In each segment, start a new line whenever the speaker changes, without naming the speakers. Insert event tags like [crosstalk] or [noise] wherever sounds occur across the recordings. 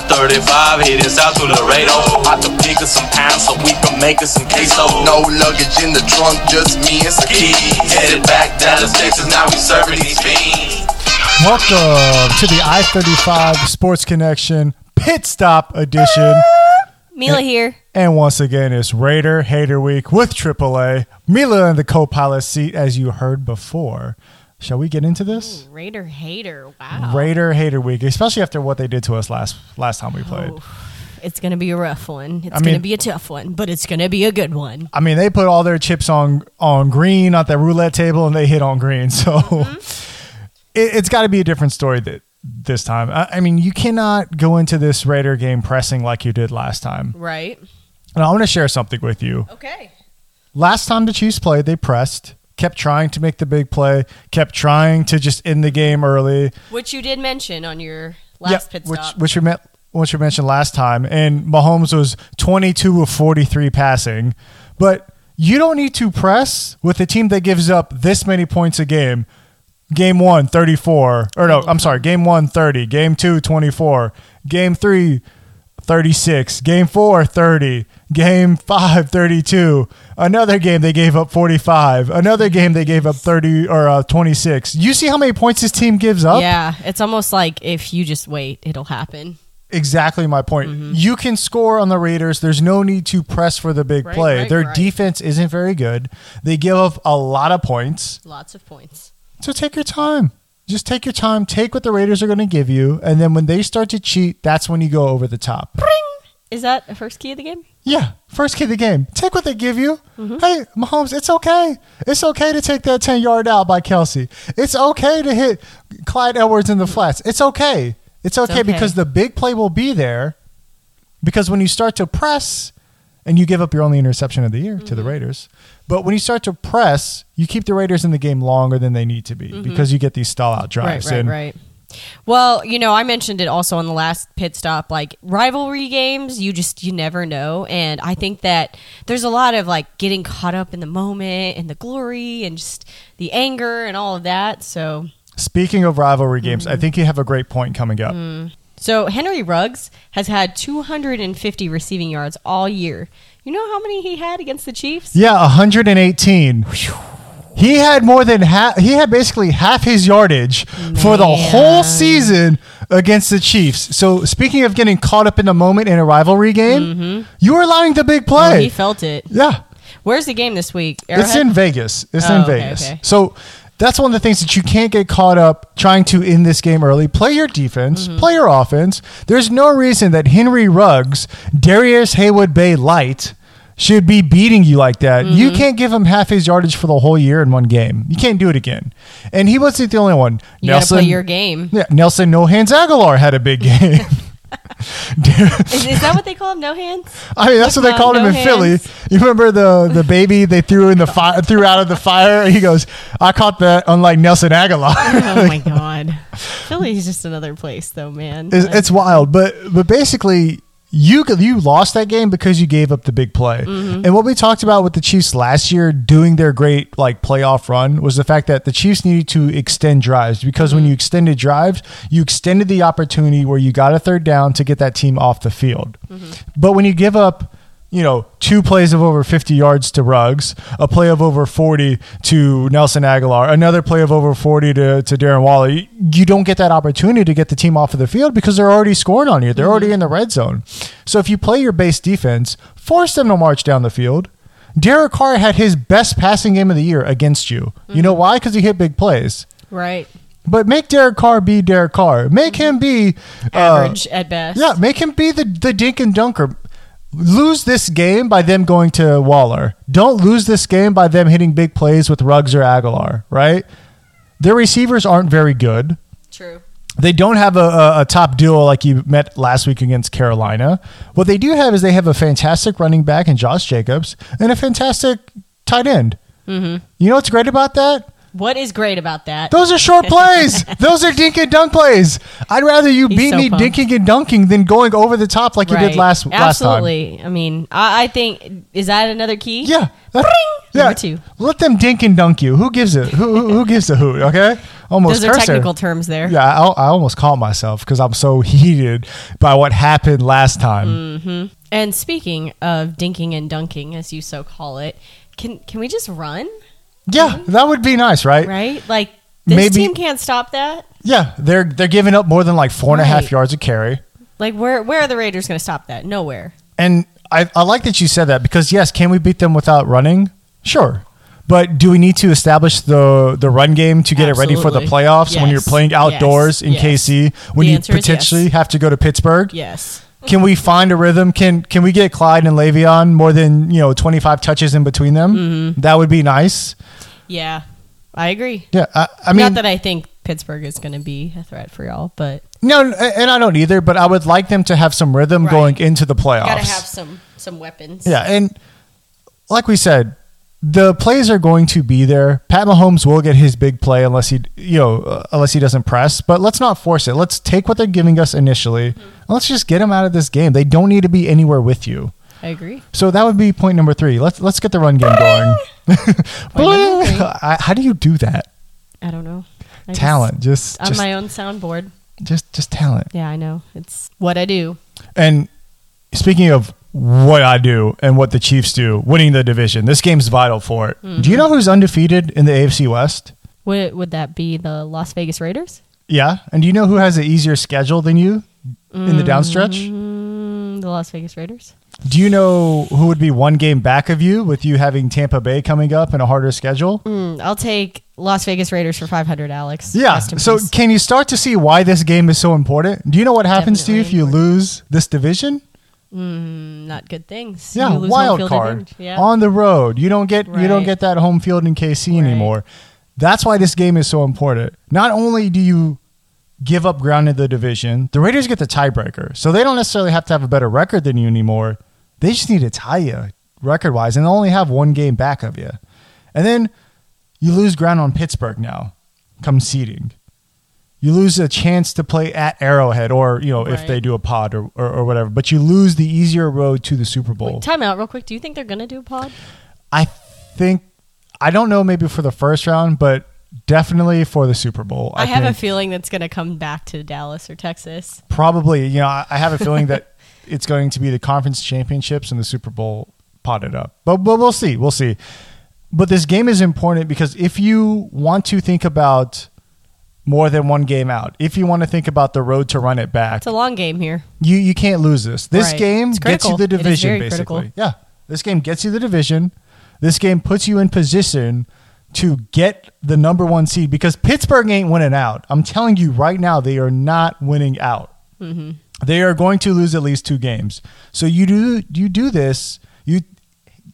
I-35 headed south to Laredo. About to pick up some pounds so we can make us some queso.
No luggage in the trunk, just me and some keys.
Headed back Dallas, Texas. Now we serving these fiends.
Welcome to the I 35 Sports Connection Pit Stop Edition.
Mila here.
And once again, it's Raider Hater Week with AAA. Mila in the co pilot seat, as you heard before. Shall we get into this?
Raider hater. Wow.
Raider Hater Week, especially after what they did to us last last time we played.
It's going to be a rough one. It's
I
going to
mean-
be a tough one, but it's going to be a good one.
I mean, they put all their chips on on green at that roulette table, and they hit on green. [laughs] So it, it's got to be a different story that this time. I, I mean, you cannot go into this Raider game pressing like you did last time.
Right.
And I want to share something with you.
Okay.
Last time the Chiefs played, they pressed, kept trying to make the big play, kept trying to just end the game early.
Which you did mention on your last pit stop.
Which, which we met, which we mentioned last time, and Mahomes was 22 of 43 passing, but you don't need to press with a team that gives up this many points a game. Game one, 34. Or no, I'm sorry. Game one, 30. Game two, 24. Game three, 36. Game four, 30. Game five, 32. Another game they gave up 45. Another game they gave up 30 or uh, 26. You see how many points this team gives up?
yeah. It's almost like if you just wait, it'll happen.
exactly my point.
Mm-hmm.
You can score on the Raiders. There's no need to press for the big
Right,
play.
right,
Their
right.
defense isn't very good. They give up a lot of points.
Lots of points.
So take your time. Just take your time. Take what the Raiders are going to give you. And then when they start to cheat, that's when you go over the top.
Is that the first key of the game?
Yeah, first key of the game. Take what they give you.
Mm-hmm.
Hey, Mahomes, it's okay. It's okay to take that 10 yard out by Kelsey. It's okay to hit Clyde Edwards in the flats. It's okay. It's okay,
okay.
because the big play will be there. Because when you start to press, and you give up your only interception of the year
Mm-hmm.
to the Raiders, but when you start to press, you keep the Raiders in the game longer than they need to be because you get these stall out drives.
Mm-hmm. Right,
and
right, right. Well, you know, I mentioned it also on the last pit stop. Like rivalry games, you just you never know, and I think that there's a lot of like getting caught up in the moment and the glory and just the anger and all of that. So,
Speaking of rivalry games,
Mm-hmm.
I think you have a great point coming up.
so Henry Ruggs has had 250 receiving yards all year. You know how many he had against the Chiefs?
Yeah, 118. He had more than half. He had basically half his yardage for the whole
Man.
season against the Chiefs. So speaking of getting caught up in the moment in a rivalry game, you were allowing the big
Mm-hmm. Oh,
play.
he felt it.
yeah,
Where's the game this week?
it's
Arrowhead?
in Vegas. It's
Oh,
in
okay,
Vegas.
okay.
So that's one of the things that you can't get caught up trying to end this game early. Play your defense,
Mm-hmm.
play your offense. There's no reason that Henry Ruggs, Darius Haywood Bay Light, should be beating you like that.
Mm-hmm.
You can't give him half his yardage for the whole year in one game. You can't do it again. And he wasn't the only one.
You gotta play your game.
Yeah, Nelson No Hands Aguilar had a
[laughs]
big game. [laughs]
Is, is that what they call him? No hands.
[laughs] I mean, that's what they
No-
called him
no
in Philly.
hands.
You remember the the baby they threw in the fire, threw out of the fire. He goes, "I caught that." Unlike Nelson
[laughs]
Aguilar,
oh my god philly is just another place though man
it's,
Like,
it's wild. But but basically, you you lost that game because you gave up the big play.
Mm-hmm.
And what we talked about with the Chiefs last year doing their great like playoff run was the fact that the Chiefs needed to extend drives because
Mm-hmm.
when you extended drives, you extended the opportunity where you got a third down to get that team off the field.
Mm-hmm.
But when you give up you know, two plays of over 50 yards to Ruggs, a play of over 40 to Nelson Aguilar, another play of over 40 to, to Darren Waller. You, you don't get that opportunity to get the team off of the field because they're already scoring on you. They're already in the red zone. So if you play your base defense, force them to march down the field. Derek Carr had his best passing game of the year against you. You know why? Because he hit big plays.
right
But make Derek Carr be Derek Carr. Make him be uh,
average at best
yeah, make him be the, the dink and dunker. Lose this game by them going to Waller. Don't lose this game by them hitting big plays with Ruggs or Aguilar, right? Their receivers aren't very good.
true
They don't have a, a, a top duo like you met last week against Carolina. What they do have is they have a fantastic running back in Josh Jacobs and a fantastic tight end. You know what's great about that?
What is great about that?
Those are short
[laughs]
plays. Those are dink and dunk plays. I'd rather you
He's
beat
so
me
pumped.
dinking and dunking than going over the top like you did last last time.
Absolutely. I mean, I, I think is that another key?
Yeah. That,
Number two.
Let them dink and dunk you. Who gives it? Who who, who gives a hoot? Okay. Almost
Those are
cursed there.
technical terms there.
Yeah, I, I almost caught myself because I'm so [laughs] heated by what happened last time.
Mm. And speaking of dinking and dunking, as you so call it, can can we just run?
Yeah, that would be nice, right?
Right? Like this
Maybe-
team can't stop that.
Yeah, they're they're giving up more than like four and a half
Right.
yards a carry.
Like where where are the Raiders going to stop that? Nowhere.
And I, I like that you said that because yes, can we beat them without running? Sure. But do we need to establish the the run game to get it ready for the
Absolutely.
playoffs when you're
Yes.
playing outdoors
Yes.
in
Yes.
KC when
The
you
answer is yes.
potentially have to go to Pittsburgh?
Yes.
Can we find a rhythm? Can can we get Clyde and Le'Veon more than you know twenty five touches in between them?
Mm-hmm.
That would be nice.
Yeah. I agree.
Yeah, I, I mean,
Not that I think Pittsburgh is going to be a threat for y'all, but
no, n- and I don't either. But I would like them to have some rhythm
Right.
going into the playoffs.
got to have some some weapons.
Yeah, and like we said, the plays are going to be there. Pat Mahomes will get his big play unless he, you know, uh, unless he doesn't press. But let's not force it. Let's take what they're giving us initially. And let's just get him out of this game. They don't need to be anywhere with you.
I agree.
So that would be point number three. Let's let's get the run game going.
number
[laughs] Bling!
three.
I, how do you do that?
I don't know. I just-
Talent, just
on
just,
my own soundboard.
just just talent.
Yeah, I know. It's what I do.
And speaking of what I do and what the Chiefs do, winning the division, this game's vital for it.
Mm-hmm.
Do you know who's undefeated in the AFC West?
Would would that be the Las Vegas Raiders?
Yeah. And do you know who has an easier schedule than you in the downstretch?
Mm, the Las Vegas Raiders.
Do you know who would be one game back of you with you having Tampa Bay coming up and a harder schedule?
Mm, I'll take Las Vegas Raiders for five hundred, Alex.
Yeah.
Rest in
So
peace.
can you start to see why this game is so important? Do you know what happens to you if
Definitely
you lose this division?
Mm, not good things.
Yeah,
You lose home
wild
field
card
advantage. Yeah.
on the road. You don't get you don't
Right.
get that home field in KC
Right.
anymore. That's why this game is so important. Not only do you give up ground in the division, the Raiders get the tiebreaker, so they don't necessarily have to have a better record than you anymore. They just need to tie you record wise, and only have one game back of you. And then you lose ground on Pittsburgh now. Come seeding. You lose a chance to play at Arrowhead, or you know if
Right.
they do a pod or, or, or whatever. But you lose the easier road to the Super Bowl.
Wait, time out, real quick. Do you think they're gonna do a pod?
I think I don't know maybe for the first round, but definitely for the Super Bowl.
I, have
think.
a feeling that's gonna come back to Dallas or Texas.
probably. You know, I I have a
[laughs]
feeling that it's going to be the conference championships and the Super Bowl potted up. But but we'll see. We'll see. But this game is important because if you want to think about more than one game out, if you want to think about the road to run it back,
It's a long game here.
you you can't lose this. This
Right.
game
It's
gets you
critical.
the
It is
division,
very
basically.
critical.
Yeah, this game gets you the division. This game puts you in position to get the number one seed because Pittsburgh ain't winning out. I'm telling you right now, they are not winning out.
Mm-hmm.
They are going to lose at least two games. So you do you do this, you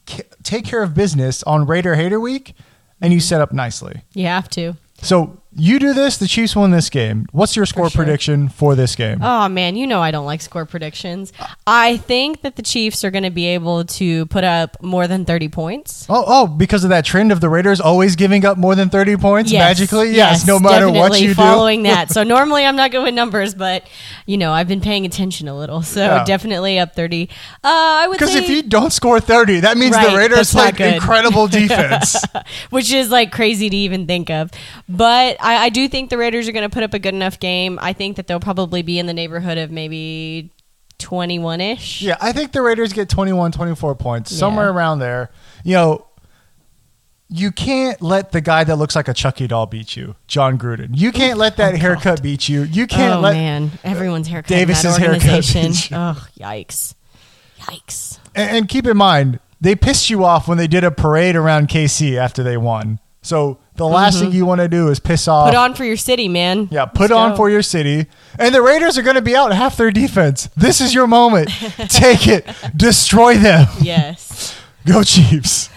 c- take care of business on Raider Hater Week, and
Mm-hmm.
you set up nicely.
You have to.
So you do this, the Chiefs win this game. What's your score
sure.
prediction for this game?
Oh man, you know I don't like score predictions. I think that the Chiefs are going to be able to put up more than 30 points.
Oh, oh, because of that trend of the Raiders always giving up more than 30 points magically? Yes, no matter what
definitely
you [laughs]
following
do.
that. So normally I'm not good with numbers, but you know, I've been paying attention a little. So
Yeah.
definitely up 30. Uh, I would
Because
say
if you don't score 30, that means
Right,
the Raiders
that's not
played
good. [laughs]
incredible defense.
which is like crazy to even think of. But I, I do think the Raiders are going to put up a good enough game. I think that they'll probably be in the neighborhood of maybe 21 ish.
yeah, I think the Raiders get 21, 24 points, somewhere
Yeah.
around there. You know, you can't let the guy that looks like a Chucky doll beat you, John Gruden. You can't let that haircut beat you. You can't
oh
let.
man, everyone's haircut.
Davis's
Davis's in that
haircut.
organization. Oh yikes, yikes.
And, and keep in mind, they pissed you off when they did a parade around KC after they won. So the last thing you want to do is piss off.
Mm-hmm. Put on for your city, man.
Oh. Yeah, put on for your city. And the Raiders are going to be out half their defense. This is your moment. Take it. Destroy them.
Yes.
Go Chiefs.